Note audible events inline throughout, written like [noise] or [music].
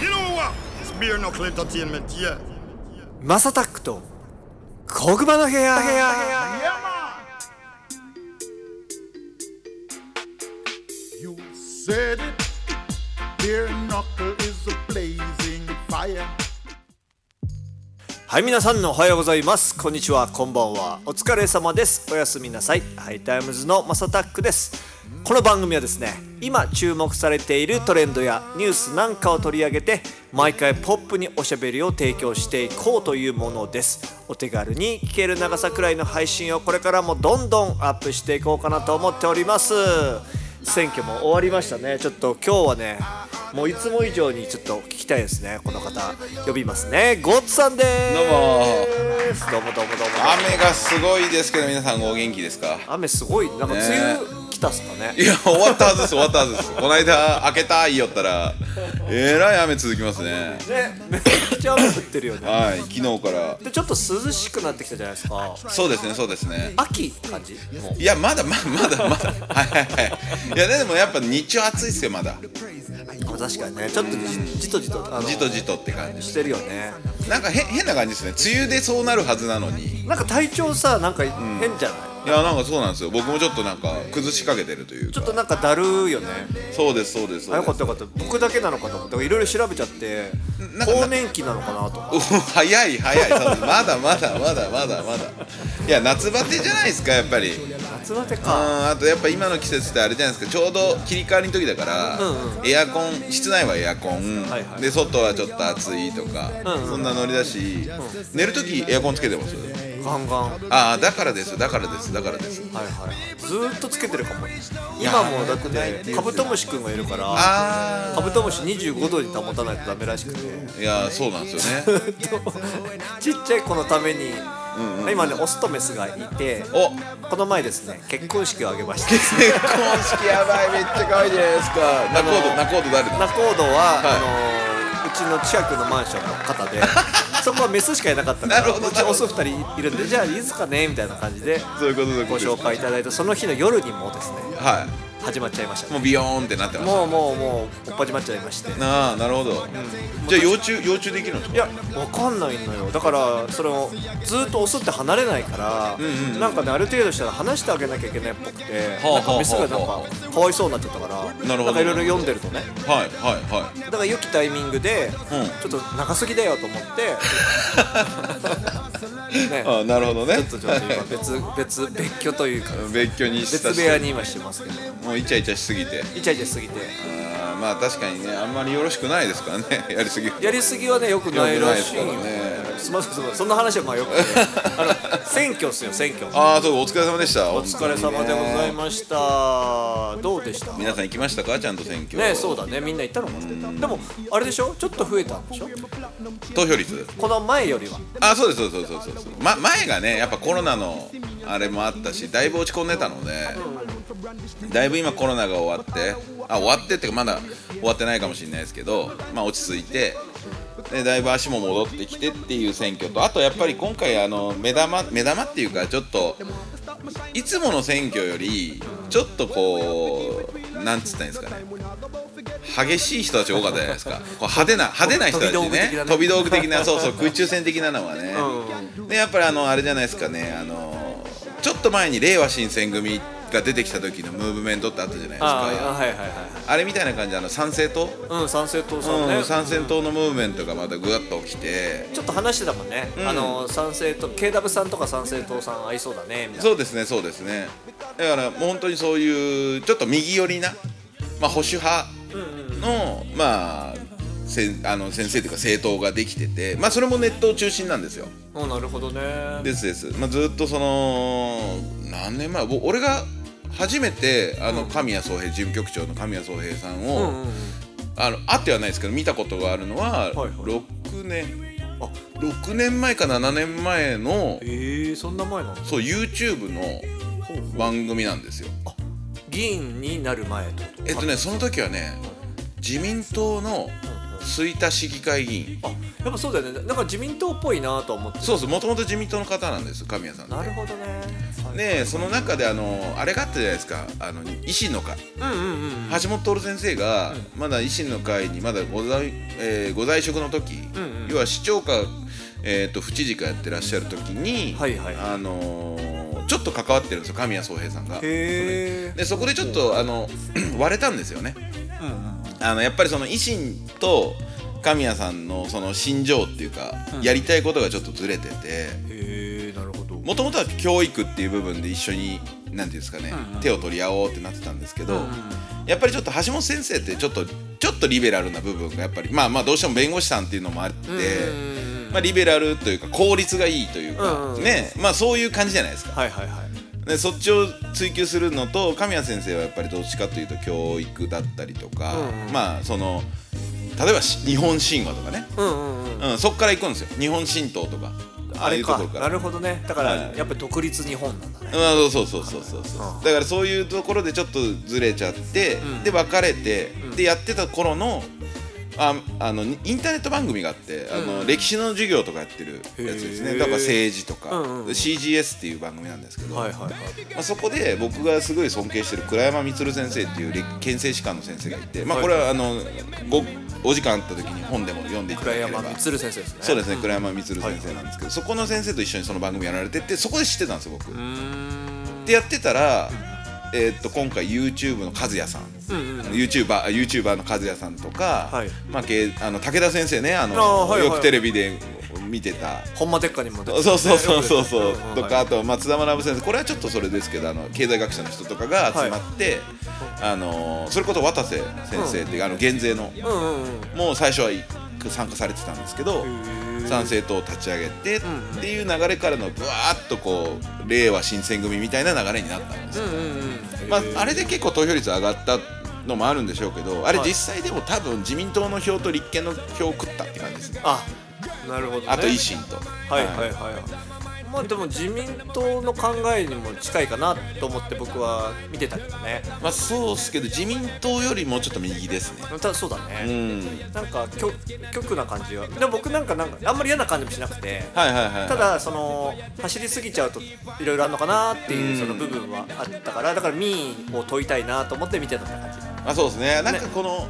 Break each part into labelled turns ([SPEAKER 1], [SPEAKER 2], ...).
[SPEAKER 1] You know what? It's beer knuckle entertainment, yeah.
[SPEAKER 2] マサタックと小熊の部屋部屋
[SPEAKER 1] Yeah, man.
[SPEAKER 3] You said it. Beer knuckle is a blazing fire.
[SPEAKER 2] はい皆さんのおはようございますこんにちはこんばんはお疲れ様ですおやすみなさいハイタイムズのマサタックですこの番組はですね今注目されているトレンドやニュースなんかを取り上げて毎回ポップにおしゃべりを提供していこうというものですお手軽に聞ける長さくらいの配信をこれからもどんどんアップしていこうかなと思っております選挙も終わりましたねちょっと今日はねもういつも以上にちょっと聞きたいですねこの方呼びますねゴッツさんです
[SPEAKER 4] どうも
[SPEAKER 2] どうもどうもどうも
[SPEAKER 4] 雨がすごいですけど皆さんお元気ですか
[SPEAKER 2] 雨すごいなんか梅雨来たっすかね
[SPEAKER 4] いや終わったはずです終わったはずですこの間開けたいよったらえらい雨続きますね
[SPEAKER 2] ねめちゃくちゃ雨降ってるよね
[SPEAKER 4] はい昨日から
[SPEAKER 2] でちょっと涼しくなってきたじゃないですか
[SPEAKER 4] そうですねそうですね
[SPEAKER 2] 秋って感じもう
[SPEAKER 4] いやまだままだまだはいはいはいいやでもやっぱ日中暑いですよまだ
[SPEAKER 2] まあ確かにねちょっとじじとじとあの
[SPEAKER 4] じとじとって感じ
[SPEAKER 2] してるよね
[SPEAKER 4] なんかへ変な感じですね梅雨でそうなるはずなのに
[SPEAKER 2] なんか体調さなんか変じゃない、
[SPEAKER 4] いやなんかそうなんですよ僕もちょっとなんか崩しかけてるという
[SPEAKER 2] ちょ
[SPEAKER 4] か
[SPEAKER 2] っとなんかだるいよね
[SPEAKER 4] そうですそうです
[SPEAKER 2] あ
[SPEAKER 4] そう
[SPEAKER 2] よ
[SPEAKER 4] で
[SPEAKER 2] かっ
[SPEAKER 4] す
[SPEAKER 2] たよかった僕だけなのかと思っていろいろ調べちゃって
[SPEAKER 4] なんか
[SPEAKER 2] 更年期なのかなとか
[SPEAKER 4] お [laughs] 早い早いそうですまだまだまだまだまだいや夏バテじゃないですかやっぱり
[SPEAKER 2] 夏バテ
[SPEAKER 4] うん
[SPEAKER 2] か
[SPEAKER 4] あとやっぱ今の季節ってあれじゃないですかちょうど切り替わりの時だから、エアコン室内はエアコン、
[SPEAKER 2] はいはい
[SPEAKER 4] で外はちょっと暑いとか、そんなノリだし、寝る時エアコンつけてますよ
[SPEAKER 2] ガンガンはい
[SPEAKER 4] ああだからですだからですだからです
[SPEAKER 2] はいずーっとつけてるかも
[SPEAKER 4] や
[SPEAKER 2] 今もうだっ
[SPEAKER 4] よくないって
[SPEAKER 2] て
[SPEAKER 4] いう
[SPEAKER 2] カブトムシくんがいるから
[SPEAKER 4] あ
[SPEAKER 2] カブトムシ25度に保たないとダメらしくて
[SPEAKER 4] あいやそうなんですよね
[SPEAKER 2] ちっちゃい子のために、今ねオスとメスがいて
[SPEAKER 4] お
[SPEAKER 2] この前ですね結婚式を挙げました
[SPEAKER 4] 結婚式やばいめっちゃ可愛いじゃないですか仲人仲人誰だ
[SPEAKER 2] ナコードは、
[SPEAKER 4] はい
[SPEAKER 2] あのーうちの近くのマンションの方でそこはメスしかいなかったから
[SPEAKER 4] なるほど
[SPEAKER 2] うちオス2人いるんでじゃあいいですかねみたいな感じで
[SPEAKER 4] そういうことで
[SPEAKER 2] ご紹介いただいたその日の夜にもうですね
[SPEAKER 4] は
[SPEAKER 2] 始まっちゃいました
[SPEAKER 4] いも
[SPEAKER 2] ね
[SPEAKER 4] うビヨーンってなってます
[SPEAKER 2] もうもうもうおっ始まっちゃいまして
[SPEAKER 4] なあなるほど、じゃあ幼虫幼虫できるんです
[SPEAKER 2] い
[SPEAKER 4] か
[SPEAKER 2] やわかんないのよだからそれをずーっとオスって離れないから、なんかねある程度したら話してあげなきゃいけないっぽくて、
[SPEAKER 4] はあ
[SPEAKER 2] なんかメスがなんか
[SPEAKER 4] はあは
[SPEAKER 2] かわいそうになっちゃったから
[SPEAKER 4] なるほど
[SPEAKER 2] んかいろいろ読んでるとね
[SPEAKER 4] はいはいはい
[SPEAKER 2] だから良きタイミングで、
[SPEAKER 4] うん
[SPEAKER 2] ちょっと長すぎだよと思
[SPEAKER 4] [laughs]
[SPEAKER 2] ってね
[SPEAKER 4] あなるほどね
[SPEAKER 2] ちょっとちょっと今別別別居というか
[SPEAKER 4] 別居にした
[SPEAKER 2] 別部屋に今してますけど
[SPEAKER 4] もうイチャイチャしすぎて
[SPEAKER 2] イチャイチャしすぎて
[SPEAKER 4] あーまあ確かにねあんまりよろしくないですからね [laughs] やりすぎは
[SPEAKER 2] やりすぎはねよくないらしいよ
[SPEAKER 4] 良くないですからね
[SPEAKER 2] すみませんすみませんそんな話はまあよくてあの選挙っすよ選挙
[SPEAKER 4] ああそうお疲れ様でした
[SPEAKER 2] お疲れ様でござい
[SPEAKER 4] す
[SPEAKER 2] ました。どうでした。ね
[SPEAKER 4] 皆さん行きましたかちゃんと選挙
[SPEAKER 2] え、そうだね、みんな行ったのかな。でも、あれでしょちょっと増えたんでしょ
[SPEAKER 4] 投票率
[SPEAKER 2] この前よりは。
[SPEAKER 4] あそうですそうですそうですそうです、ま、前がねやっぱコロナのあれもあったしだいぶ落ち込んでたのでだいぶ今コロナが終わってあ終わってっていうかまだ終わってないかもしれないですけどまあ落ち着いてでだいぶ足も戻ってきてっていう選挙とあとやっぱり今回あの目玉目玉っていうかちょっといつもの選挙よりちょっとこうなんつったらいいんですかね激しい人たち多かったじゃないですかこう派手な派手な人たちね
[SPEAKER 2] 飛
[SPEAKER 4] 飛
[SPEAKER 2] び
[SPEAKER 4] び
[SPEAKER 2] 道
[SPEAKER 4] 道
[SPEAKER 2] 具
[SPEAKER 4] 具
[SPEAKER 2] 的
[SPEAKER 4] 的
[SPEAKER 2] な
[SPEAKER 4] なそうそう空中戦的なのはね、でやっぱりあのあれじゃないですかねあのちょっと前に令和新選組が出てきた時のムーブメントってあったじゃないですか
[SPEAKER 2] ああ、
[SPEAKER 4] あ
[SPEAKER 2] はいはいはい。
[SPEAKER 4] れみたいな感じであの参政党、
[SPEAKER 2] うん、賛成党さん
[SPEAKER 4] う
[SPEAKER 2] ね
[SPEAKER 4] ん、。参政党のムーブメントがまたぐわっと起きて
[SPEAKER 2] ちょっと話してたもんね。
[SPEAKER 4] ん
[SPEAKER 2] あの、賛成党、KW さんとか賛成党さん合いそうだね、みたいな。
[SPEAKER 4] そうですねそうですねだからもう本当にそういうちょっと右寄りな、まあ、保守派の、まあせんあの先生というか政党ができてて、まあ、それもネットを中心なんですよ
[SPEAKER 2] うん、なるほどね。
[SPEAKER 4] ですです、まあ、ずっとその何年前ぼ俺が初めてあの神谷宗平事務局長の神谷宗平さん
[SPEAKER 2] う
[SPEAKER 4] を、
[SPEAKER 2] んうん。
[SPEAKER 4] あの会ってはないですけど見たことがあるのは、
[SPEAKER 2] いはい
[SPEAKER 4] 6年あ6年前か7年前の
[SPEAKER 2] ええ、そんな前なの
[SPEAKER 4] そう YouTube の番組なんですよ。
[SPEAKER 2] 議員になる前ってこと
[SPEAKER 4] えっとねその時はね自民党の吹田市議会議員
[SPEAKER 2] あやっぱそうだよねなんか自民党っぽいなと思って
[SPEAKER 4] そうそうもともと自民党の方なんです神谷さん
[SPEAKER 2] な
[SPEAKER 4] っ
[SPEAKER 2] る
[SPEAKER 4] て
[SPEAKER 2] ほどね
[SPEAKER 4] でその中であのあれがあったじゃないですかあの維新の会
[SPEAKER 2] うんうんうん
[SPEAKER 4] 橋本徹先生がまだ維新の会にまだご在,、えーご在職の時、
[SPEAKER 2] んうん
[SPEAKER 4] 要は市長か、えー、と府知事かやってらっしゃる時に、
[SPEAKER 2] はいはい
[SPEAKER 4] あのーちょっと関わってるんですよ神谷宗平さんが。
[SPEAKER 2] へえ
[SPEAKER 4] でそこでちょっとあの [clears throat] 割れたんですよね。あのやっぱりその維新と神谷さんのその心情っていうか、やりたいことがちょっとずれてて
[SPEAKER 2] へえなるほど
[SPEAKER 4] もともとは教育っていう部分で一緒になんていうんですかね、手を取り合おうってなってたんですけど、やっぱりちょっと橋本先生ってちょっとちょっとリベラルな部分がやっぱりまあまあどうしても弁護士さんっていうのもあって、まあ、リベラルというか効率がいいというか、
[SPEAKER 2] うんうん
[SPEAKER 4] ねまあそういう感じじゃないですか。
[SPEAKER 2] はいはいはい
[SPEAKER 4] でそっちを追求するのと神谷先生はやっぱりどっちかというと教育だったりとか、まあその例えばし日本神話とかね、
[SPEAKER 2] うんうんうん
[SPEAKER 4] うん、そっから行くんですよ日本神道とか
[SPEAKER 2] あれ
[SPEAKER 4] いう
[SPEAKER 2] か
[SPEAKER 4] ところ
[SPEAKER 2] なるほどねだから
[SPEAKER 4] はい
[SPEAKER 2] やっぱり独立日本なんだね
[SPEAKER 4] うん、そうそうそうそうそうそうだからそういうところでちょっとずれちゃって、で別れて、でやってた頃のああのインターネット番組があってあの、歴史の授業とかやってるやつです
[SPEAKER 2] へ
[SPEAKER 4] ね
[SPEAKER 2] ー
[SPEAKER 4] だから政治とか、
[SPEAKER 2] うんうんうん
[SPEAKER 4] CGS っていう番組なんですけど、
[SPEAKER 2] はいはいはい
[SPEAKER 4] まあ、そこで僕がすごい尊敬してる倉山満先生っていう歴憲政士官の先生がいて、まあ、これはあのごお時間あった時に本でも読んでいただ
[SPEAKER 2] 倉
[SPEAKER 4] ければ
[SPEAKER 2] 山満先生ですね
[SPEAKER 4] そうですね倉山満先生なんですけどそこの先生と一緒にその番組やられててそこで知ってたんですよ僕。
[SPEAKER 2] うーん
[SPEAKER 4] でやってたら、えーっと今回 YouTube の和也さん、
[SPEAKER 2] ん
[SPEAKER 4] YouTuber, YouTuber の和也さんとか、
[SPEAKER 2] はい
[SPEAKER 4] まあ、けあの武田先生ねあの
[SPEAKER 2] あーはいはい
[SPEAKER 4] よくテレビで見てた。
[SPEAKER 2] 本間鉄火にも出て
[SPEAKER 4] そうそうそうそうそう
[SPEAKER 2] うんうん
[SPEAKER 4] とかあと松田学先生これはちょっとそれですけどあの経済学者の人とかが集まって、あのそれこそ渡瀬先生っていう、あの減税の
[SPEAKER 2] うんうんうん
[SPEAKER 4] もう最初は参加されてたんですけど参政党を立ち上げてっていう流れからのぶわーっとこう令和新選組みたいな流れになったんですよ、まあ、あれで結構投票率上がったのもあるんでしょうけどあれ実際でも多分自民党の票と立憲の票を食ったって感じですね
[SPEAKER 2] あなるほどね
[SPEAKER 4] あと維新と
[SPEAKER 2] はいはいはいはいまあでも自民党の考えにも近いかなと思って僕は見てたけどね
[SPEAKER 4] まあそうっすけど自民党よりもうちょっと右ですね
[SPEAKER 2] ただそうだね、
[SPEAKER 4] うん
[SPEAKER 2] なんかきょ極な感じがでも僕なんかなんかあんまり嫌な感じもしなくて
[SPEAKER 4] はいはいはい
[SPEAKER 2] ただその走りすぎちゃうといろいろあるのかなっていううんその部分はあったからだから民意を問いたいなと思って見てたって感じ
[SPEAKER 4] あそうですねなんかこの、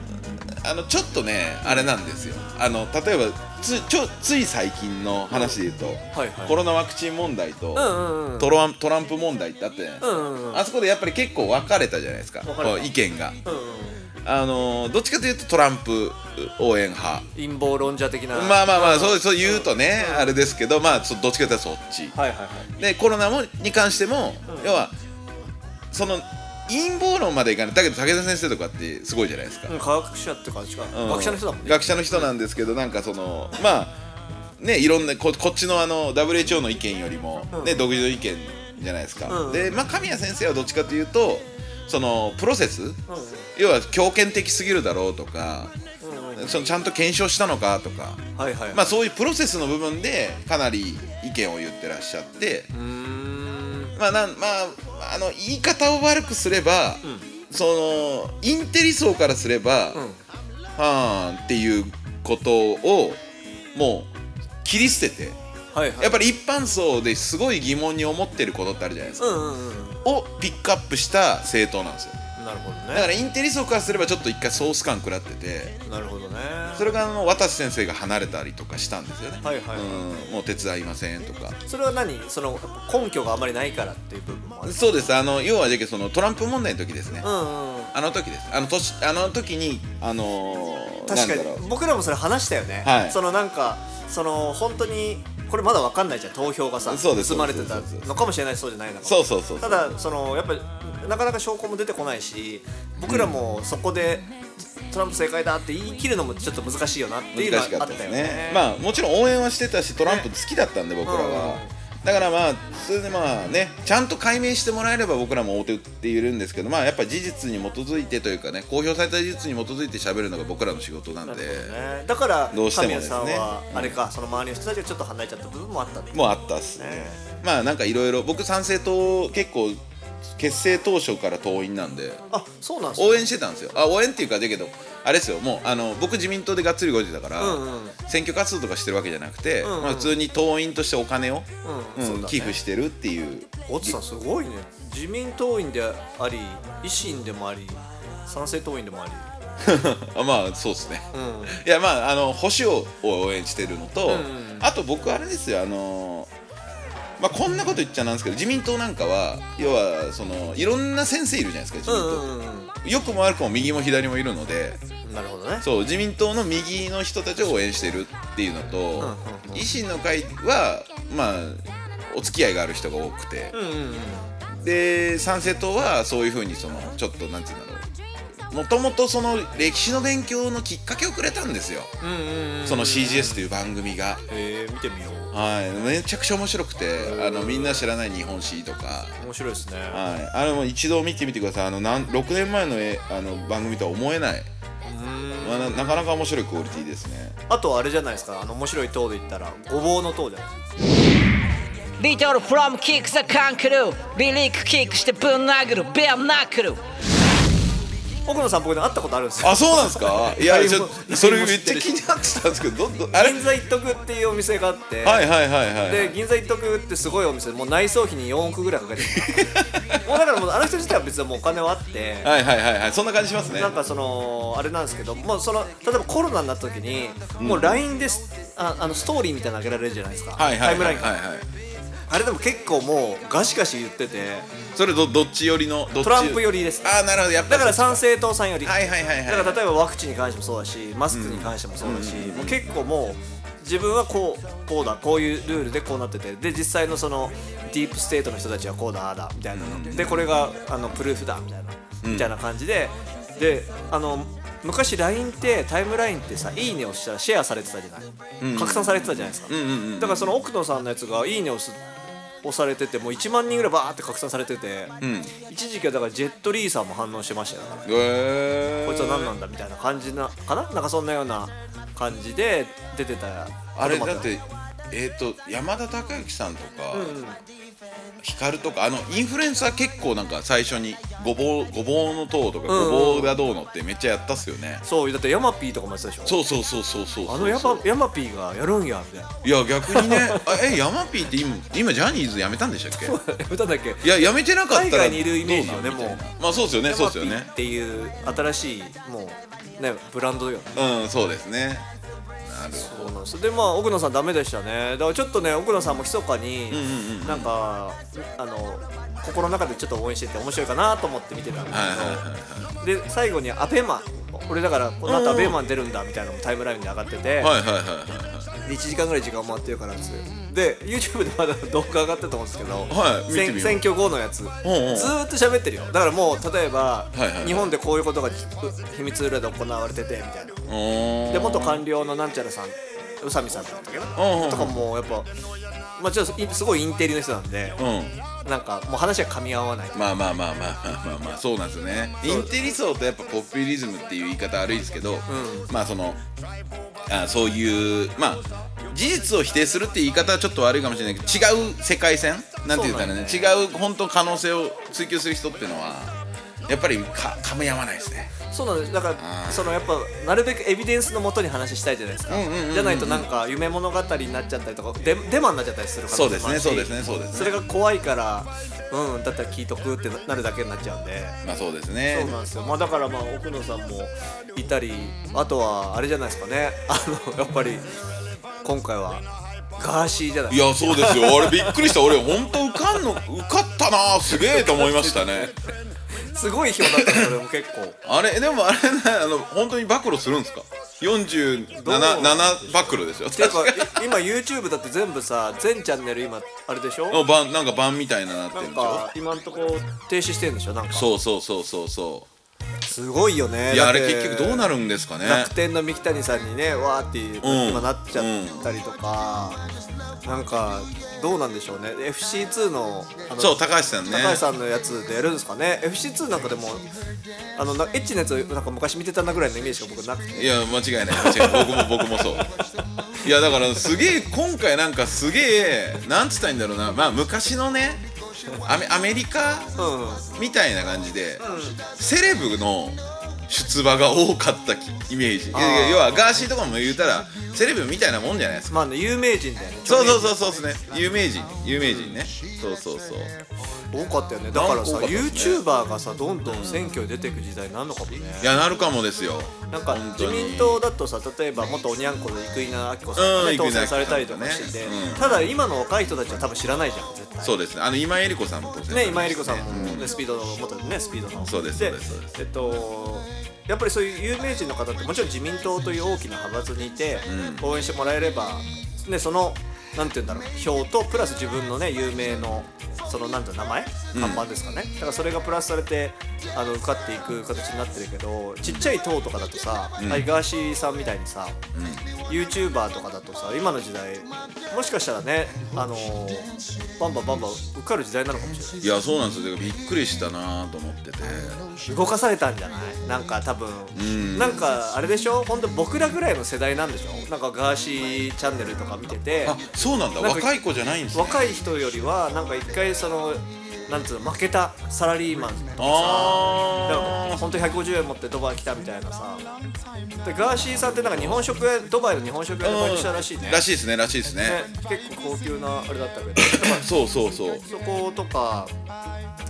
[SPEAKER 4] あのちょっとねあれなんですよあの例えばつちょつい最近の話で言うと、
[SPEAKER 2] はいはい
[SPEAKER 4] コロナワクチン問題
[SPEAKER 2] う
[SPEAKER 4] と、
[SPEAKER 2] んうんうん
[SPEAKER 4] トラントランプ問題ってあったじゃないですか、
[SPEAKER 2] うんうんうん
[SPEAKER 4] あそこでやっぱり結構分かれたじゃないですか
[SPEAKER 2] 分かれた
[SPEAKER 4] こう意見が、
[SPEAKER 2] うんうん
[SPEAKER 4] あのどっちかというとトランプ応援派
[SPEAKER 2] 陰謀論者的な
[SPEAKER 4] まあまあまあそうそう言うとね、あれですけどまあそどっちかというとそっち、
[SPEAKER 2] はいはいはい
[SPEAKER 4] でコロナもに関しても、要はその陰謀論までいかないだけど武田先生とかってすごいじゃないですか、
[SPEAKER 2] うん科学者って感じか、
[SPEAKER 4] うん
[SPEAKER 2] 学者の人だもんね
[SPEAKER 4] 学者の人なんですけどなんかそのまあねいろんなここっちのあの WHO の意見よりも、ね独自の意見じゃないですか、
[SPEAKER 2] うん
[SPEAKER 4] で、まあ、神谷先生はどっちかというとそのプロセス、要は強権的すぎるだろうとか、そのちゃんと検証したのかとか、
[SPEAKER 2] はいはい、
[SPEAKER 4] まあ、そういうプロセスの部分でかなり意見を言ってらっしゃって、
[SPEAKER 2] うーん
[SPEAKER 4] まあなんまあ、あの言い方を悪くすれば、そのインテリ層からすれば、
[SPEAKER 2] ん
[SPEAKER 4] はーんっていうことをもう切り捨てて、
[SPEAKER 2] はいはい
[SPEAKER 4] やっぱり一般層ですごい疑問に思ってることってあるじゃないです
[SPEAKER 2] う
[SPEAKER 4] か、
[SPEAKER 2] んうんうん
[SPEAKER 4] をピックアップした政党なんですよ
[SPEAKER 2] なるほどね
[SPEAKER 4] だからインテリ層からすればちょっと一回ソース感食らってて
[SPEAKER 2] なるほどね
[SPEAKER 4] それがあの渡瀬先生が離れたりとかしたんですよね、
[SPEAKER 2] はいはいはい
[SPEAKER 4] うんもう手伝いませんとか
[SPEAKER 2] それは何その根拠があまりないからっていう部分もある
[SPEAKER 4] そうですあの要はじゃあそのトランプ問題の時ですね、
[SPEAKER 2] うんうん
[SPEAKER 4] あの時です。あの年あの時にあの
[SPEAKER 2] 確
[SPEAKER 4] ー、
[SPEAKER 2] か
[SPEAKER 4] なんだろう
[SPEAKER 2] に僕らもそれ話したよね、
[SPEAKER 4] はい
[SPEAKER 2] そのなんかその本当にこれまだわかんないじゃん投票がさ
[SPEAKER 4] そうです
[SPEAKER 2] 盗まれてた
[SPEAKER 4] そうですそうです
[SPEAKER 2] のかもしれないしそうじゃないのかも
[SPEAKER 4] そうそうそう
[SPEAKER 2] ただそのやっぱりなかなか証拠も出てこないし僕らもそこで、トランプ正解だって言い切るのもちょっと難しいよなっていうの
[SPEAKER 4] 難
[SPEAKER 2] は
[SPEAKER 4] しか
[SPEAKER 2] あ
[SPEAKER 4] っ
[SPEAKER 2] ったた
[SPEAKER 4] で
[SPEAKER 2] よ
[SPEAKER 4] す
[SPEAKER 2] ね
[SPEAKER 4] ねまあもちろん応援はしてたしトランプ好きだったんで僕らは、だからまあそれでまあねちゃんと解明してもらえれば僕らも大手打っているんですけどまあやっぱ事実に基づいてというかね公表された事実に基づいて喋るのが僕らの仕事なんで
[SPEAKER 2] ねだから
[SPEAKER 4] どうしても
[SPEAKER 2] 神
[SPEAKER 4] で
[SPEAKER 2] 谷さ
[SPEAKER 4] すね
[SPEAKER 2] んはあれかその周りの人たちがちょっと離れちゃった部分もあったって
[SPEAKER 4] もうあったっすね
[SPEAKER 2] ね
[SPEAKER 4] まあなんかいろいろ僕参政党結構結成当初から党員なんで
[SPEAKER 2] あそうなんですね
[SPEAKER 4] 応援してたんですよあ応援っていうかだけどあれですよもうあの僕自民党でがっつり動いてたから、
[SPEAKER 2] うんうん
[SPEAKER 4] 選挙活動とかしてるわけじゃなくて、
[SPEAKER 2] んうん
[SPEAKER 4] まあ、普通に党員としてお金を、
[SPEAKER 2] うんそうだね
[SPEAKER 4] 寄付してるっていう
[SPEAKER 2] ゴツさんすごいね自民党員であり維新でもあり賛成党員でもあり
[SPEAKER 4] あまあそうですね、
[SPEAKER 2] うん
[SPEAKER 4] いやまああの保守を応援してるのと、
[SPEAKER 2] ん
[SPEAKER 4] あと僕あれですよあのまあこんなこと言っちゃなんですけど自民党なんかは要はそのいろんな先生いるじゃないですか自民党って、
[SPEAKER 2] うんうん
[SPEAKER 4] よくも悪くも右も左もいるので
[SPEAKER 2] うんなるほどね
[SPEAKER 4] そう自民党の右の人たちを応援してるっていうのと、
[SPEAKER 2] うん
[SPEAKER 4] 維新の会はまあお付き合いがある人が多くて、
[SPEAKER 2] うんうんうん
[SPEAKER 4] で参政党はそういうふうにそのちょっとなんて言うんだろうもともとその歴史の勉強のきっかけをくれたんですよ、
[SPEAKER 2] うんうんうん
[SPEAKER 4] その CGS という番組が。
[SPEAKER 2] えー、見てみよう
[SPEAKER 4] はい、めちゃくちゃ面白くてあのみんな知らない日本史とか、
[SPEAKER 2] 面白いですね
[SPEAKER 4] はい、あれも一度見てみてくださいあのなん6年前のえあの番組とは思えない、
[SPEAKER 2] うん
[SPEAKER 4] まあななかなか面白いクオリティですね
[SPEAKER 2] あとあれじゃないですかあの面白い党で言ったらごぼうの党じゃない
[SPEAKER 5] Little from kick the kangaroo リリックキックしてぶん殴るベアナックル
[SPEAKER 2] 奥野さん僕で会ったことあるんですよ
[SPEAKER 4] あそうなんですかいや
[SPEAKER 2] はい
[SPEAKER 4] ちょ
[SPEAKER 2] もう
[SPEAKER 4] それめっちゃ気になってたんですけどどどあれ
[SPEAKER 2] 銀座一徳っていうお店があって
[SPEAKER 4] はいはいはいはい
[SPEAKER 2] で銀座一徳ってすごいお店でもう内装費に4億ぐらいかけてる [laughs] もうだからもうあの人自体は別にもうお金はあって、
[SPEAKER 4] はいはいはいはいそんな感じしますね
[SPEAKER 2] なんかそのあれなんですけどもうその例えばコロナになった時に、もう LINE ですああのストーリーみたいなの上げられるじゃないですか、
[SPEAKER 4] はいはいは
[SPEAKER 2] タイ
[SPEAKER 4] い
[SPEAKER 2] ムラ
[SPEAKER 4] は
[SPEAKER 2] イン
[SPEAKER 4] い
[SPEAKER 2] か
[SPEAKER 4] はい
[SPEAKER 2] あれでも結構もうガシガシ言ってて
[SPEAKER 4] それどどっち寄りのどっち
[SPEAKER 2] トランプ寄りです
[SPEAKER 4] ああなるほどやっぱ
[SPEAKER 2] だから
[SPEAKER 4] そっ
[SPEAKER 2] 賛成党さんより、
[SPEAKER 4] ちはいはいはいはい
[SPEAKER 2] だから例えばワクチンに関してもそうだしマスクに関してもそうだし、もう結構もう自分はこうこうだこういうルールでこうなっててで実際のそのディープステートの人たちはこうだああだみたいなの、でこれがあのプルーフだみたいな、みたいな感じでであの昔 LINE ってタイムラインってさ「いいね」をしたらシェアされてたじゃない、拡散されてたじゃないですか、だからその奥野さんのやつが「いいね」をす押されててもう1万人ぐらいバーって拡散されてて、一時期はだからジェットリーさんも反応してましたよだから
[SPEAKER 4] へー
[SPEAKER 2] こいつは何なんだみたいな感じなかななんかそんなような感じで出てた
[SPEAKER 4] あれ
[SPEAKER 2] ことも
[SPEAKER 4] だ
[SPEAKER 2] た
[SPEAKER 4] ってえっ、と山田孝之さんとか、ヒカルとかあのインフルエンサー結構なんか最初にごぼうごぼうの塔とか
[SPEAKER 2] うんうん
[SPEAKER 4] ごぼうがどうのってめっちゃやったっすよね、
[SPEAKER 2] そうだってヤマピーとかもやってたでしょ
[SPEAKER 4] そうそうそうそうそうそう
[SPEAKER 2] あのヤマヤマピーがやるんやみたいない
[SPEAKER 4] や逆にね
[SPEAKER 2] [laughs]
[SPEAKER 4] あえヤマピーって今今ジャニーズ辞めたんでしたっけ
[SPEAKER 2] [laughs] 歌だっけ
[SPEAKER 4] いや辞めてなかったら
[SPEAKER 2] 海外にいるイメージよね
[SPEAKER 4] どうなんみた
[SPEAKER 2] も
[SPEAKER 4] いなまあそうですよね
[SPEAKER 2] ヤ
[SPEAKER 4] そう
[SPEAKER 2] マ
[SPEAKER 4] です
[SPEAKER 2] ピ
[SPEAKER 4] よね
[SPEAKER 2] ーっていう新しいもうねブランドよね
[SPEAKER 4] うんそうですね
[SPEAKER 2] そうなんですでまあ奥野さんダメでしたねだからちょっとね奥野さんも密かに
[SPEAKER 4] んうんうん
[SPEAKER 2] なんかあの心の中でちょっと応援してて面白いかなと思って見てたんです
[SPEAKER 4] はいはいはい
[SPEAKER 2] けどで最後にアベマ俺だからこの後アベマ出るんだみたいなのもタイムラインで上がってて、
[SPEAKER 4] はいはいはい
[SPEAKER 2] で1時間ぐらい時間回ってるからですよで YouTube でまだ動画上がってたと思うんですけど、
[SPEAKER 4] はい見てみよう
[SPEAKER 2] 選選挙後のやつ、
[SPEAKER 4] うんうん
[SPEAKER 2] ずーっと喋ってるよだからもう例えば、
[SPEAKER 4] いはいはい
[SPEAKER 2] 日本でこういうことが秘密裏で行われててみたいな
[SPEAKER 4] おー
[SPEAKER 2] で元官僚のなんちゃらさん宇佐美さんだったっけな
[SPEAKER 4] うんうん
[SPEAKER 2] とかもやっぱまあちょっといすごいインテリの人なんで、
[SPEAKER 4] う
[SPEAKER 2] なんかもう話が噛み合わない
[SPEAKER 4] んまあまあまあまあまあまあ、まあ、そうなんですよねインテリ層とやっぱポピュリズムっていう言い方悪いですけど、まあそのあそういうまあ事実を否定するって言い方はちょっと悪いかもしれないけど違う世界線なんて言ったらね
[SPEAKER 2] そ
[SPEAKER 4] 違う本当可能性を追求する人っていうのはやっぱりか噛み合わないですね
[SPEAKER 2] そうなんですだからそのやっぱなるべくエビデンスのもとに話したいじゃないですか
[SPEAKER 4] んうんうんうん
[SPEAKER 2] じゃないとなんか夢物語になっちゃったりとかデデマになっちゃったりする可
[SPEAKER 4] そ
[SPEAKER 2] 能
[SPEAKER 4] う
[SPEAKER 2] 性
[SPEAKER 4] で
[SPEAKER 2] も
[SPEAKER 4] す
[SPEAKER 2] ある
[SPEAKER 4] ね
[SPEAKER 2] し
[SPEAKER 4] そうですねそうです
[SPEAKER 2] それ
[SPEAKER 4] ね
[SPEAKER 2] が怖いからうんだったら聞いとくってなるだけになっちゃうんで
[SPEAKER 4] まあそうです
[SPEAKER 2] そ
[SPEAKER 4] ね
[SPEAKER 2] うなんですよまあだからまあ奥野さんもいたりあとはあれじゃないですかねあのやっぱり今回はガーシーじゃない
[SPEAKER 4] いやそうですよあれびっくりした俺本当受かんの受かったなあすげえと思いましたね
[SPEAKER 2] すごい票だったそれも結構
[SPEAKER 4] あれでもあれなあの本当に暴露するんですか
[SPEAKER 2] どう
[SPEAKER 4] 47 7暴露ですよ
[SPEAKER 2] ていう
[SPEAKER 4] 確
[SPEAKER 2] か
[SPEAKER 4] [laughs] か
[SPEAKER 2] い今 YouTube だって全部さ全チャンネル今あれでしょ
[SPEAKER 4] の番なんか番みたいななって
[SPEAKER 2] な
[SPEAKER 4] るん
[SPEAKER 2] ん
[SPEAKER 4] でしょ
[SPEAKER 2] か今んとこ停止してんでしょなんか
[SPEAKER 4] そうそうそうそうそ
[SPEAKER 2] すごいよね
[SPEAKER 4] ういや
[SPEAKER 2] だ
[SPEAKER 4] あ
[SPEAKER 2] って
[SPEAKER 4] れ結局どうなるんですかね
[SPEAKER 2] 楽天の三木谷さんにねわーって
[SPEAKER 4] ん
[SPEAKER 2] 今なっちゃったりとか、なんかどうなんでしょうね FC2 のあの
[SPEAKER 4] そう高橋さんね
[SPEAKER 2] 高橋さんのやつでやるんですかね FC2 なんかでもあのなエッチなやつなんか昔見てたなぐらいのイメージが僕なくて
[SPEAKER 4] いや間違いない間違いない僕も僕もそう [laughs] いやだからすげえ今回なんかすげえなんつったらいいんだろうなまあ昔のねアメアメリカ
[SPEAKER 2] うん
[SPEAKER 4] みたいな感じで、セレブの出馬が多かったきイメージいやいや要はガーシーとかも言うたらセレブみたいなもんじゃないですか
[SPEAKER 2] まあね有名人だよね
[SPEAKER 4] そうそうそうそうですね有名人有名人ねそうそうそう
[SPEAKER 2] 多かったよねだからさ
[SPEAKER 4] 多かったですね
[SPEAKER 2] YouTuber がさどんどん選挙に出ていく時代になるのかもね
[SPEAKER 4] いやなるかもですよ
[SPEAKER 2] なんか
[SPEAKER 4] 本当
[SPEAKER 2] 自
[SPEAKER 4] に
[SPEAKER 2] 民党だとさ例えば元おにゃんこの生稲晃子さんが、
[SPEAKER 4] う
[SPEAKER 2] ね、
[SPEAKER 4] ん
[SPEAKER 2] 当選されたりとかしてて、ただ
[SPEAKER 4] 生稲晃子さんとかねうん
[SPEAKER 2] 今の若い人たちは多分知らないじゃん絶対
[SPEAKER 4] そうですねあの今江里子さんも当選
[SPEAKER 2] ね今江里子さんも、
[SPEAKER 4] う
[SPEAKER 2] ねスピードの元ねスピードの
[SPEAKER 4] そうですそうですそうです
[SPEAKER 2] えっとやっぱりそういう有名人の方ってもちろん自民党という大きな派閥にいて、応援してもらえればねそのなんて言うんだろう票とプラス自分のね有名のそのなんていうの名前
[SPEAKER 4] うん
[SPEAKER 2] 看板ですかね、だからそれがプラスされてあの受かっていく形になってるけどちっちゃい党とかだとさ、ああいうガーシーさんみたいにさ、YouTuber とかだとさ今の時代もしかしたらねあのーバンバンバンバン受かる時代なのかもしれない
[SPEAKER 4] いやそうなんですよびっくりしたなと思ってて
[SPEAKER 2] 動かされたんじゃないなんか多分
[SPEAKER 4] ん
[SPEAKER 2] なんかあれでしょ本当僕らぐらいの世代なんでしょなんかガーシーチャンネルとか見てて
[SPEAKER 4] あそうなんだ
[SPEAKER 2] なんか
[SPEAKER 4] 若い子じゃないんですね
[SPEAKER 2] 若い人よりはなんか一回そのなんつうの負けたサラリーマンと
[SPEAKER 4] あ
[SPEAKER 2] か
[SPEAKER 4] ー
[SPEAKER 2] 本当150円持ってドバイ来たみたいなさでガーシーさんってなんか日本食屋ドバイの日本食屋でバイトしたらしいね,、
[SPEAKER 4] らしいですねらしいですね
[SPEAKER 2] ね結構高級なあれだったけどだから
[SPEAKER 4] そうそうそう
[SPEAKER 2] そことか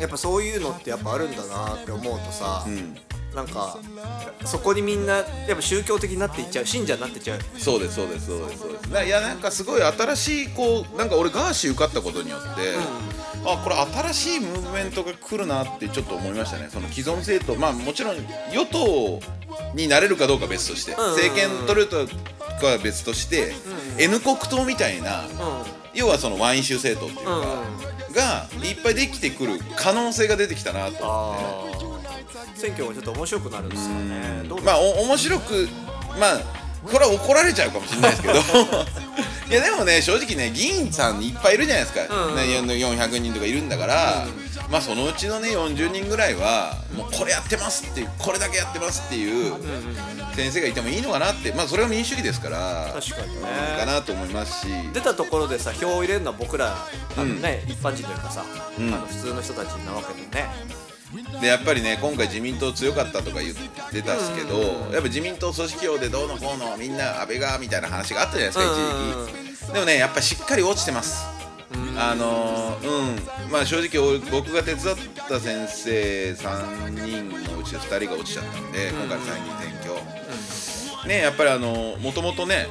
[SPEAKER 2] やっぱそういうのってやっぱあるんだなって思うとさ、
[SPEAKER 4] ん
[SPEAKER 2] なんかそこにみんなやっぱ宗教的になっていっちゃう信者になっていっちゃう
[SPEAKER 4] そうですそうですそうですそうですないやなんかすごい新しいこうなんか俺ガーシー受かったことによって、あこれ新しいムーブメントが来るなってちょっと思いましたねその既存政党まあもちろん与党になれるかどうかは別として、
[SPEAKER 2] んうんうん
[SPEAKER 4] 政権取るとかは別として、N 国党みたいな、要はそのワイン州政党っていうか、がいっぱいできてくる可能性が出てきたなと
[SPEAKER 2] あー選挙がちょっと面白くなるんですよねどう
[SPEAKER 4] まあお面白くまあこれは怒られちゃうかもしれないです [laughs] けどいやでもね正直ね議員さんいっぱいいるじゃないですか、
[SPEAKER 2] うん
[SPEAKER 4] ね400人とかいるんだから、まあそのうちのね40人ぐらいはもうこれやってますっていうこれだけやってますっていう先生がいてもいいのかなってまあそれは民主主義ですから
[SPEAKER 2] 確かにね
[SPEAKER 4] うんかなと思いますし
[SPEAKER 2] 出たところでさ票を入れるのは僕らあの、ね一般人というかさ、
[SPEAKER 4] ん
[SPEAKER 2] あの普通の人たちなわけでね
[SPEAKER 4] でやっぱりね今回自民党強かったとか言ってたっすけど、やっぱ自民党組織票でどうのこうのみんな安倍がみたいな話があったじゃないですか、
[SPEAKER 2] うん
[SPEAKER 4] 一時期でもねやっぱしっかり落ちてます、あのーうんまあ正直俺僕が手伝った先生3人のうち2人が落ちちゃったんで、今回の参議院選挙、ねやっぱりあのもともとね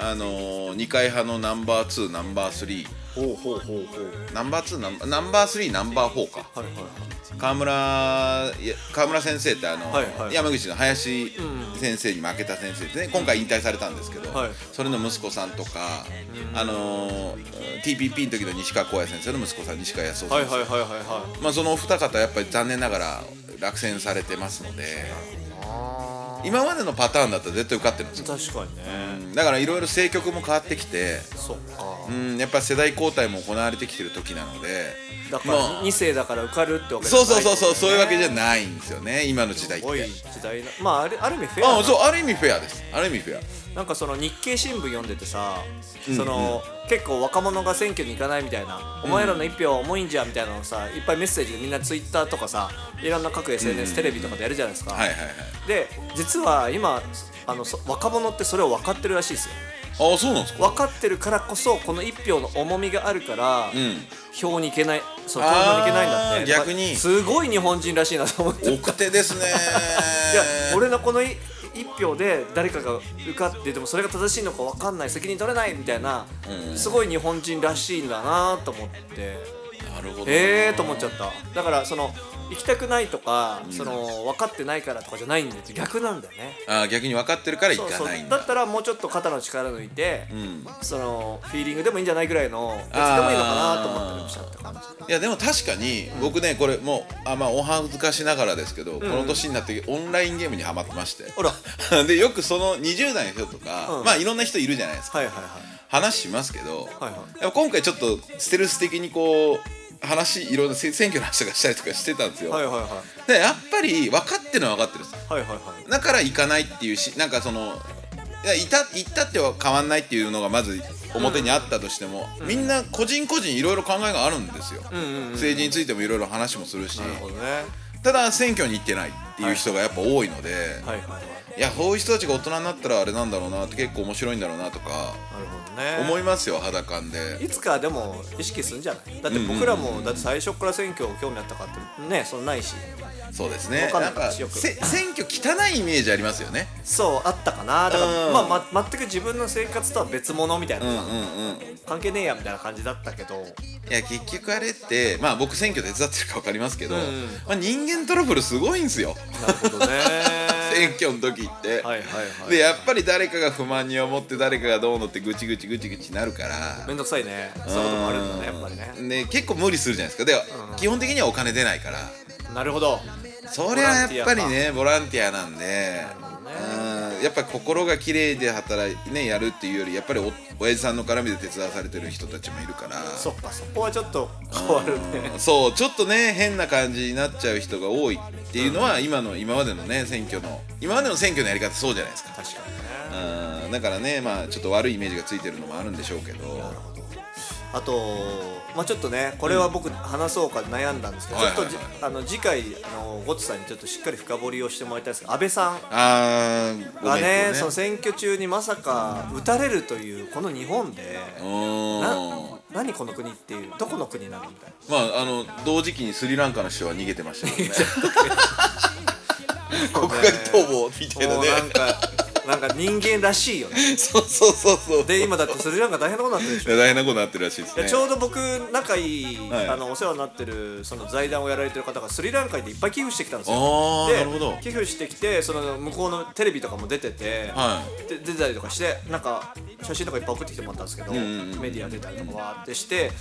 [SPEAKER 4] あの二階派のナンバー2ナンバー3
[SPEAKER 2] ほうほうほうほう
[SPEAKER 4] ナンバー2ナンバーナンバー3ナンバー4か
[SPEAKER 2] はいはい
[SPEAKER 4] 川村いや川村先生ってあの、
[SPEAKER 2] はいはい
[SPEAKER 4] 山口の林先生に負けた先生ですね、今回引退されたんですけど、
[SPEAKER 2] はい
[SPEAKER 4] それの息子さんとか、あのー TPP の時の西川光也先生の息子さん西川康夫さん、
[SPEAKER 2] はいはいはいはいはい
[SPEAKER 4] まあ、そのお二方やっぱり残念ながら落選されてますので今までのパターンだったら絶対受かってるんですよ
[SPEAKER 2] 確かにね、
[SPEAKER 4] だからいろいろ政局も変わってきて
[SPEAKER 2] そっか
[SPEAKER 4] うんやっぱ世代交代も行われてきてる時なので
[SPEAKER 2] だから
[SPEAKER 4] まあ
[SPEAKER 2] 2世だから受かるってわけじゃ
[SPEAKER 4] そ
[SPEAKER 2] な
[SPEAKER 4] う
[SPEAKER 2] い
[SPEAKER 4] そうそうそうそういうわけじゃ
[SPEAKER 2] ない
[SPEAKER 4] ないんですよね今の時代っ
[SPEAKER 2] すごい
[SPEAKER 4] て。
[SPEAKER 2] 時代なまああるある意味フェアな
[SPEAKER 4] あそうある意味フェアですある意味フェア
[SPEAKER 2] なんかその日経新聞読んでてさ、その結構若者が選挙に行かないみたいな、お前らの一票は重いんじゃみたいなのをさいっぱいメッセージでみんなツイッターとかさいろんな各 SNS、テレビとかでやるじゃないですか、
[SPEAKER 4] はいはいはい
[SPEAKER 2] で実は今あのそ若者ってそれを分かってるらしいですよ
[SPEAKER 4] あそうなんですか
[SPEAKER 2] 分かってるからこそこの一票の重みがあるから、
[SPEAKER 4] うん
[SPEAKER 2] 票に行けないその投票に行けないんだって
[SPEAKER 4] あー逆に
[SPEAKER 2] すごい日本人らしいなと思って
[SPEAKER 4] 奥手ですね
[SPEAKER 2] いや俺のこのい一票で誰かが受かってでもそれが正しいのか分かんない責任取れないみたいな、
[SPEAKER 4] うん
[SPEAKER 2] すごい日本人らしいんだなと思って
[SPEAKER 4] なるほどな
[SPEAKER 2] ええー、と思っちゃっただからその行きたくないとか、その分かってないからとかじゃないんだよ逆なんだよね
[SPEAKER 4] あ逆に分かってるから行
[SPEAKER 2] そう
[SPEAKER 4] か
[SPEAKER 2] そう
[SPEAKER 4] ないん
[SPEAKER 2] だ
[SPEAKER 4] だ
[SPEAKER 2] ったらもうちょっと肩の力抜いて、
[SPEAKER 4] ん
[SPEAKER 2] そのフィーリングでもいいんじゃないぐらいのいつでもいいのかなと思ったりもしたって感じ
[SPEAKER 4] いやでも確かに僕ねこれもうあまあお恥ずかしながらですけど、この年になってオンラインゲームにはまってまして
[SPEAKER 2] ほら
[SPEAKER 4] でよくその20代の人とか、
[SPEAKER 2] うん
[SPEAKER 4] まあいろんな人いるじゃないですか
[SPEAKER 2] はいはいはい
[SPEAKER 4] 話しますけ
[SPEAKER 2] は
[SPEAKER 4] ど、
[SPEAKER 2] いはい
[SPEAKER 4] やっぱ今回ちょっとステルス的にこう話いろんなせ選挙の話とかしたりとかしてたんですよ、
[SPEAKER 2] はいはいはい
[SPEAKER 4] でやっぱり分かってるのは分かってるんです
[SPEAKER 2] はいはいはい
[SPEAKER 4] だから行かないっていうしなんかそのいやいた行ったっては変わんないっていうのがまず表にあったとしても、みんな個人個人いろいろ考えがあるんですよ、
[SPEAKER 2] うんうんうん
[SPEAKER 4] 政治についてもいろいろ話もするし
[SPEAKER 2] なるほどね
[SPEAKER 4] ただ選挙に行ってないっていう人がやっぱ多いので、
[SPEAKER 2] はいはいはい
[SPEAKER 4] い、やそういう人たちが大人になったらあれなんだろうなって結構面白いんだろうなとか
[SPEAKER 2] なるほどね
[SPEAKER 4] 思いますよ肌感で
[SPEAKER 2] いつかでも意識するんじゃないだって僕らもだって最初から選挙興味あったかってねそんなないし
[SPEAKER 4] そうですね
[SPEAKER 2] わかんな
[SPEAKER 4] ないんか
[SPEAKER 2] よく
[SPEAKER 4] せ選挙汚いイメージありますよね
[SPEAKER 2] そうあったかなだから、
[SPEAKER 4] うん
[SPEAKER 2] まあ、ま全く自分の生活とは別物みたいな、
[SPEAKER 4] うんうんうん
[SPEAKER 2] 関係ねえやみたいな感じだったけど
[SPEAKER 4] いや結局あれってまあ僕選挙手伝ってるか分かりますけど、
[SPEAKER 2] んうん
[SPEAKER 4] まあ、人間トラブルすごいんですよ
[SPEAKER 2] なるほどね
[SPEAKER 4] [laughs] 選挙の時って、
[SPEAKER 2] はいはいはい
[SPEAKER 4] でやっぱり誰かが不満に思って誰かがどうのってぐちぐちぐちぐちなるから
[SPEAKER 2] めんどくさいねそういうこともあるんだねやっぱりね
[SPEAKER 4] ね結構無理するじゃないですかで、基本的にはお金出ないから
[SPEAKER 2] なるほど
[SPEAKER 4] それはやっぱりねボランティアなんでうんやっぱ心が綺麗で働いねやるっていうよりやっぱりお親父さんの絡みで手伝わされてる人たちもいるから
[SPEAKER 2] そっかそこはちょっと変わるね
[SPEAKER 4] そうちょっとね変な感じになっちゃう人が多いっていうのは、今の今までのね選挙の今までの選挙のやり方そうじゃないですか
[SPEAKER 2] 確かにね
[SPEAKER 4] うんだからねまあちょっと悪いイメージがついてるのもあるんでしょうけど
[SPEAKER 2] あとまあちょっとねこれは僕話そうか悩んだんですけど、
[SPEAKER 4] はいはいはい
[SPEAKER 2] ちょっとじあの次回あのゴッツさんにちょっとしっかり深掘りをしてもらいたいんですけど安倍さん
[SPEAKER 4] あーご
[SPEAKER 2] が
[SPEAKER 4] めん
[SPEAKER 2] ね
[SPEAKER 4] ね
[SPEAKER 2] その選挙中にまさか撃たれるというこの日本で、
[SPEAKER 4] うーん
[SPEAKER 2] な何この国っていうどこの国なのみたい
[SPEAKER 4] まああの同時期にスリランカの人は逃げてました
[SPEAKER 2] [laughs]
[SPEAKER 4] けどね国外逃亡みたい
[SPEAKER 2] な
[SPEAKER 4] な
[SPEAKER 2] もう
[SPEAKER 4] ね
[SPEAKER 2] なんかなん
[SPEAKER 4] [laughs]
[SPEAKER 2] か人間らしいよね
[SPEAKER 4] そうそうそうそう
[SPEAKER 2] で今だってスリランカ大変なことになってるでしょ
[SPEAKER 4] 大変なことになってるらしいです
[SPEAKER 2] いや
[SPEAKER 4] ね
[SPEAKER 2] ちょうど僕仲いい、
[SPEAKER 4] はい
[SPEAKER 2] あのお世話になってるその財団をやられてる方がスリランカでいっぱい寄付してきたんですよ
[SPEAKER 4] あー
[SPEAKER 2] で
[SPEAKER 4] なるほど
[SPEAKER 2] 寄付してきてその向こうのテレビとかも出てて、
[SPEAKER 4] は
[SPEAKER 2] で出てたりとかしてなんか写真とかいっぱい送ってきてもらったんですけど、
[SPEAKER 4] んうん
[SPEAKER 2] メディア出たりとかわーってして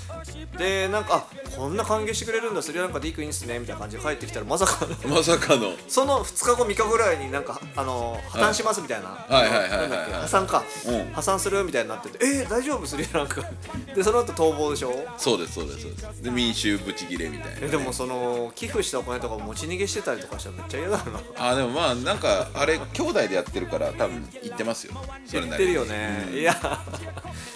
[SPEAKER 2] でなんかあこんな歓迎してくれるんだスリランカでいい国ですねみたいな感じで帰ってきたらまさかの [laughs]
[SPEAKER 4] まさかの
[SPEAKER 2] その2日後3日後ぐらいになんかあの破綻しますみたいな、
[SPEAKER 4] はいはいはいはい
[SPEAKER 2] なんだっけ破産か、
[SPEAKER 4] うん
[SPEAKER 2] 破産するみたいになっててえー、大丈夫スリランカ [laughs] でその後逃亡でしょ
[SPEAKER 4] そうですそうですそうですで民衆ブチギレみたいな
[SPEAKER 2] え
[SPEAKER 4] ね、
[SPEAKER 2] でもその寄付したお金とか持ち逃げしてたりとかしたらめっちゃ嫌だな
[SPEAKER 4] あでもまあなんかあれ兄弟でやってるから多分行ってますよそれ
[SPEAKER 2] 言
[SPEAKER 4] な
[SPEAKER 2] っ
[SPEAKER 4] り
[SPEAKER 2] て
[SPEAKER 4] に
[SPEAKER 2] るよね、いや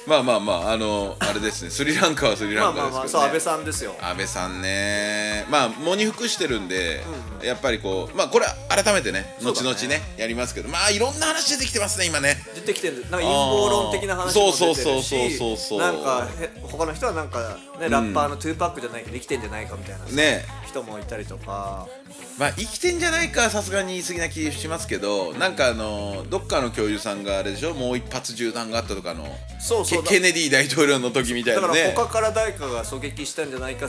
[SPEAKER 4] まあまあまああのあれですねスリランカはスリ
[SPEAKER 2] ま
[SPEAKER 4] ラ
[SPEAKER 2] あ
[SPEAKER 4] ンカ
[SPEAKER 2] まあ
[SPEAKER 4] ですけど、ね
[SPEAKER 2] まあそう安倍さんですよ
[SPEAKER 4] 安倍さんねまあ喪に服してるんで、やっぱりこうまあこれは改めてね
[SPEAKER 2] そう
[SPEAKER 4] 後
[SPEAKER 2] だね
[SPEAKER 4] 々ねやりますけどまあいろんな話出てきてますね今ね
[SPEAKER 2] 出てきてるなんか陰謀論的な話も出てるし
[SPEAKER 4] そうそうそうそうそう
[SPEAKER 2] なんかへ他の人はなんかねラッパーの2パックじゃないけど生きてんじゃないかみたいな
[SPEAKER 4] ね
[SPEAKER 2] 人もいたりとか
[SPEAKER 4] まあ生きてんじゃないかはさすがに言い過ぎな気しますけどなんかあのどっかの教諭さんがあれでしょもう一発銃弾があったとかの
[SPEAKER 2] そうそう
[SPEAKER 4] ケケネディ大統領の時みたい
[SPEAKER 2] だか
[SPEAKER 4] な
[SPEAKER 2] ら
[SPEAKER 4] ね
[SPEAKER 2] 他から誰かが狙撃したんじゃないか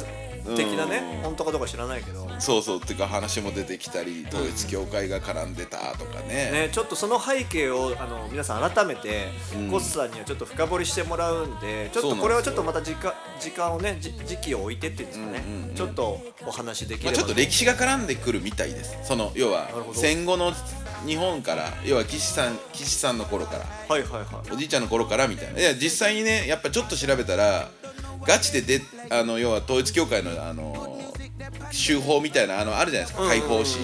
[SPEAKER 2] 的なね本当かどうか知らないけど
[SPEAKER 4] そうそうっていうか話も出てきたり統一教会が絡んでたとかね
[SPEAKER 2] ね、ちょっとその背景をあの皆さん改めて、ゴスさんにはちょっと深掘りしてもらうんでちょっ
[SPEAKER 4] そ
[SPEAKER 2] と
[SPEAKER 4] うなんですよ
[SPEAKER 2] これはちょっとまた時間時間をねじ時期を置いてっていうんですかね、ちょっとお話できれ
[SPEAKER 4] まあ、
[SPEAKER 2] ば、
[SPEAKER 4] ちょっと歴史が絡んでくるみたいですその要は
[SPEAKER 2] るほど
[SPEAKER 4] 戦後の日本から要は岸さん岸さんの頃から
[SPEAKER 2] はいはいはい
[SPEAKER 4] おじいちゃんの頃からみたいないや実際にねやっぱちょっと調べたらガチでであの要は統一教会のあの修法みたいなあのあるじゃないですか解放誌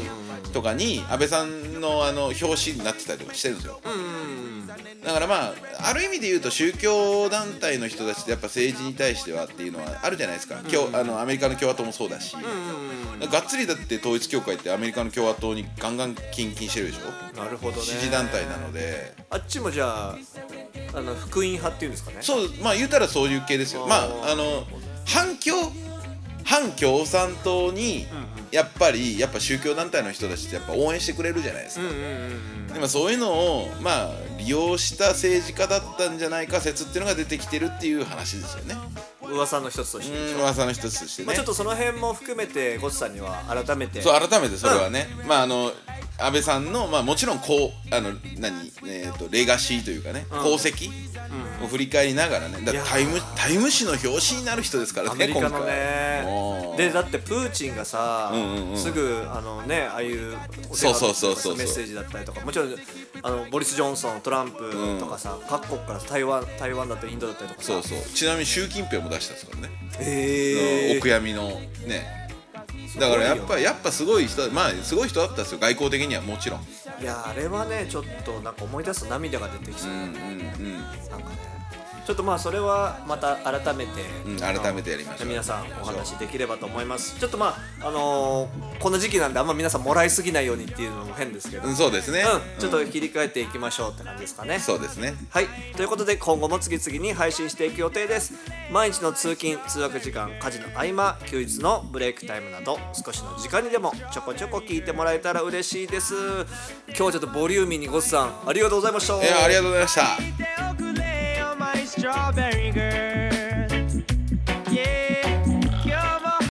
[SPEAKER 4] とかに安倍さんのあの表紙になってたりとかしてるんですよだからまあある意味で言うと宗教団体の人たちってやっぱ政治に対してはっていうのはあるじゃないですか、今日あのアメリカの共和党もそうだし、がっつりだって統一教会ってアメリカの共和党にガンガン献金してるでしょ
[SPEAKER 2] なるほどね
[SPEAKER 4] 支持団体なので
[SPEAKER 2] あっちもじゃああの福音派っていうんですかね
[SPEAKER 4] そうまあ言うたらそういう系ですよまああの反共反共産党にやっぱりやっぱ宗教団体の人たちってやっぱ応援してくれるじゃないですか、でもそういうのをまあ利用した政治家だったんじゃないか説っていうのが出てきてるっていう話ですよね
[SPEAKER 2] 噂の一つとして、
[SPEAKER 4] うん噂の一つとしてね、
[SPEAKER 2] まあ、ちょっとその辺も含めてゴスさんには改めて
[SPEAKER 4] そう改めてそれはね、まああの安倍さんの、まあ、もちろんこうあの何、えー、とレガシーというかね、功績を振り返りながらねだ
[SPEAKER 2] いやー
[SPEAKER 4] タイムタイム誌の表紙になる人ですからね
[SPEAKER 2] アメリカの
[SPEAKER 4] 今
[SPEAKER 2] ね
[SPEAKER 4] 回
[SPEAKER 2] で
[SPEAKER 4] で
[SPEAKER 2] だってプーチンがさ、
[SPEAKER 4] んうんうん
[SPEAKER 2] すぐあのねああいうお手
[SPEAKER 4] そ
[SPEAKER 2] 紙
[SPEAKER 4] うそうそうそうそう
[SPEAKER 2] メッセージだったりとかもちろんあのボリス・ジョンソントランプとかさ、各国から台湾台湾だったりインドだったりとかさ
[SPEAKER 4] そうそうちなみに習近平も出したんですからね、
[SPEAKER 2] へー
[SPEAKER 4] お悔やみのねだからやっぱやっぱすごい人まあすごい人だったんですよ外交的にはもちろん
[SPEAKER 2] いやあれはねちょっとなんか思い出すと涙が出てきそう、
[SPEAKER 4] うんうん
[SPEAKER 2] なんかねちょっとまあそれはまた改めて、
[SPEAKER 4] うん改めてやりましょう
[SPEAKER 2] 皆さんお話できればと思いますちょっとまああのーこの時期なんであんま皆さんもらいすぎないようにっていうのも変ですけど、
[SPEAKER 4] うんそうですね、
[SPEAKER 2] うんちょっ
[SPEAKER 4] う
[SPEAKER 2] と
[SPEAKER 4] ん
[SPEAKER 2] 切り替えていきましょうって感じですかね
[SPEAKER 4] そうですね
[SPEAKER 2] はい、ということで今後も次々に配信していく予定です毎日の通勤通学時間家事の合間休日のブレイクタイムなど少しの時間にでもちょこちょこ聞いてもらえたら嬉しいです今日はちょっとボリューミーにごっさんありがとうございました
[SPEAKER 4] いやありがとうございました
[SPEAKER 6] milk, lay on my strawberry girl.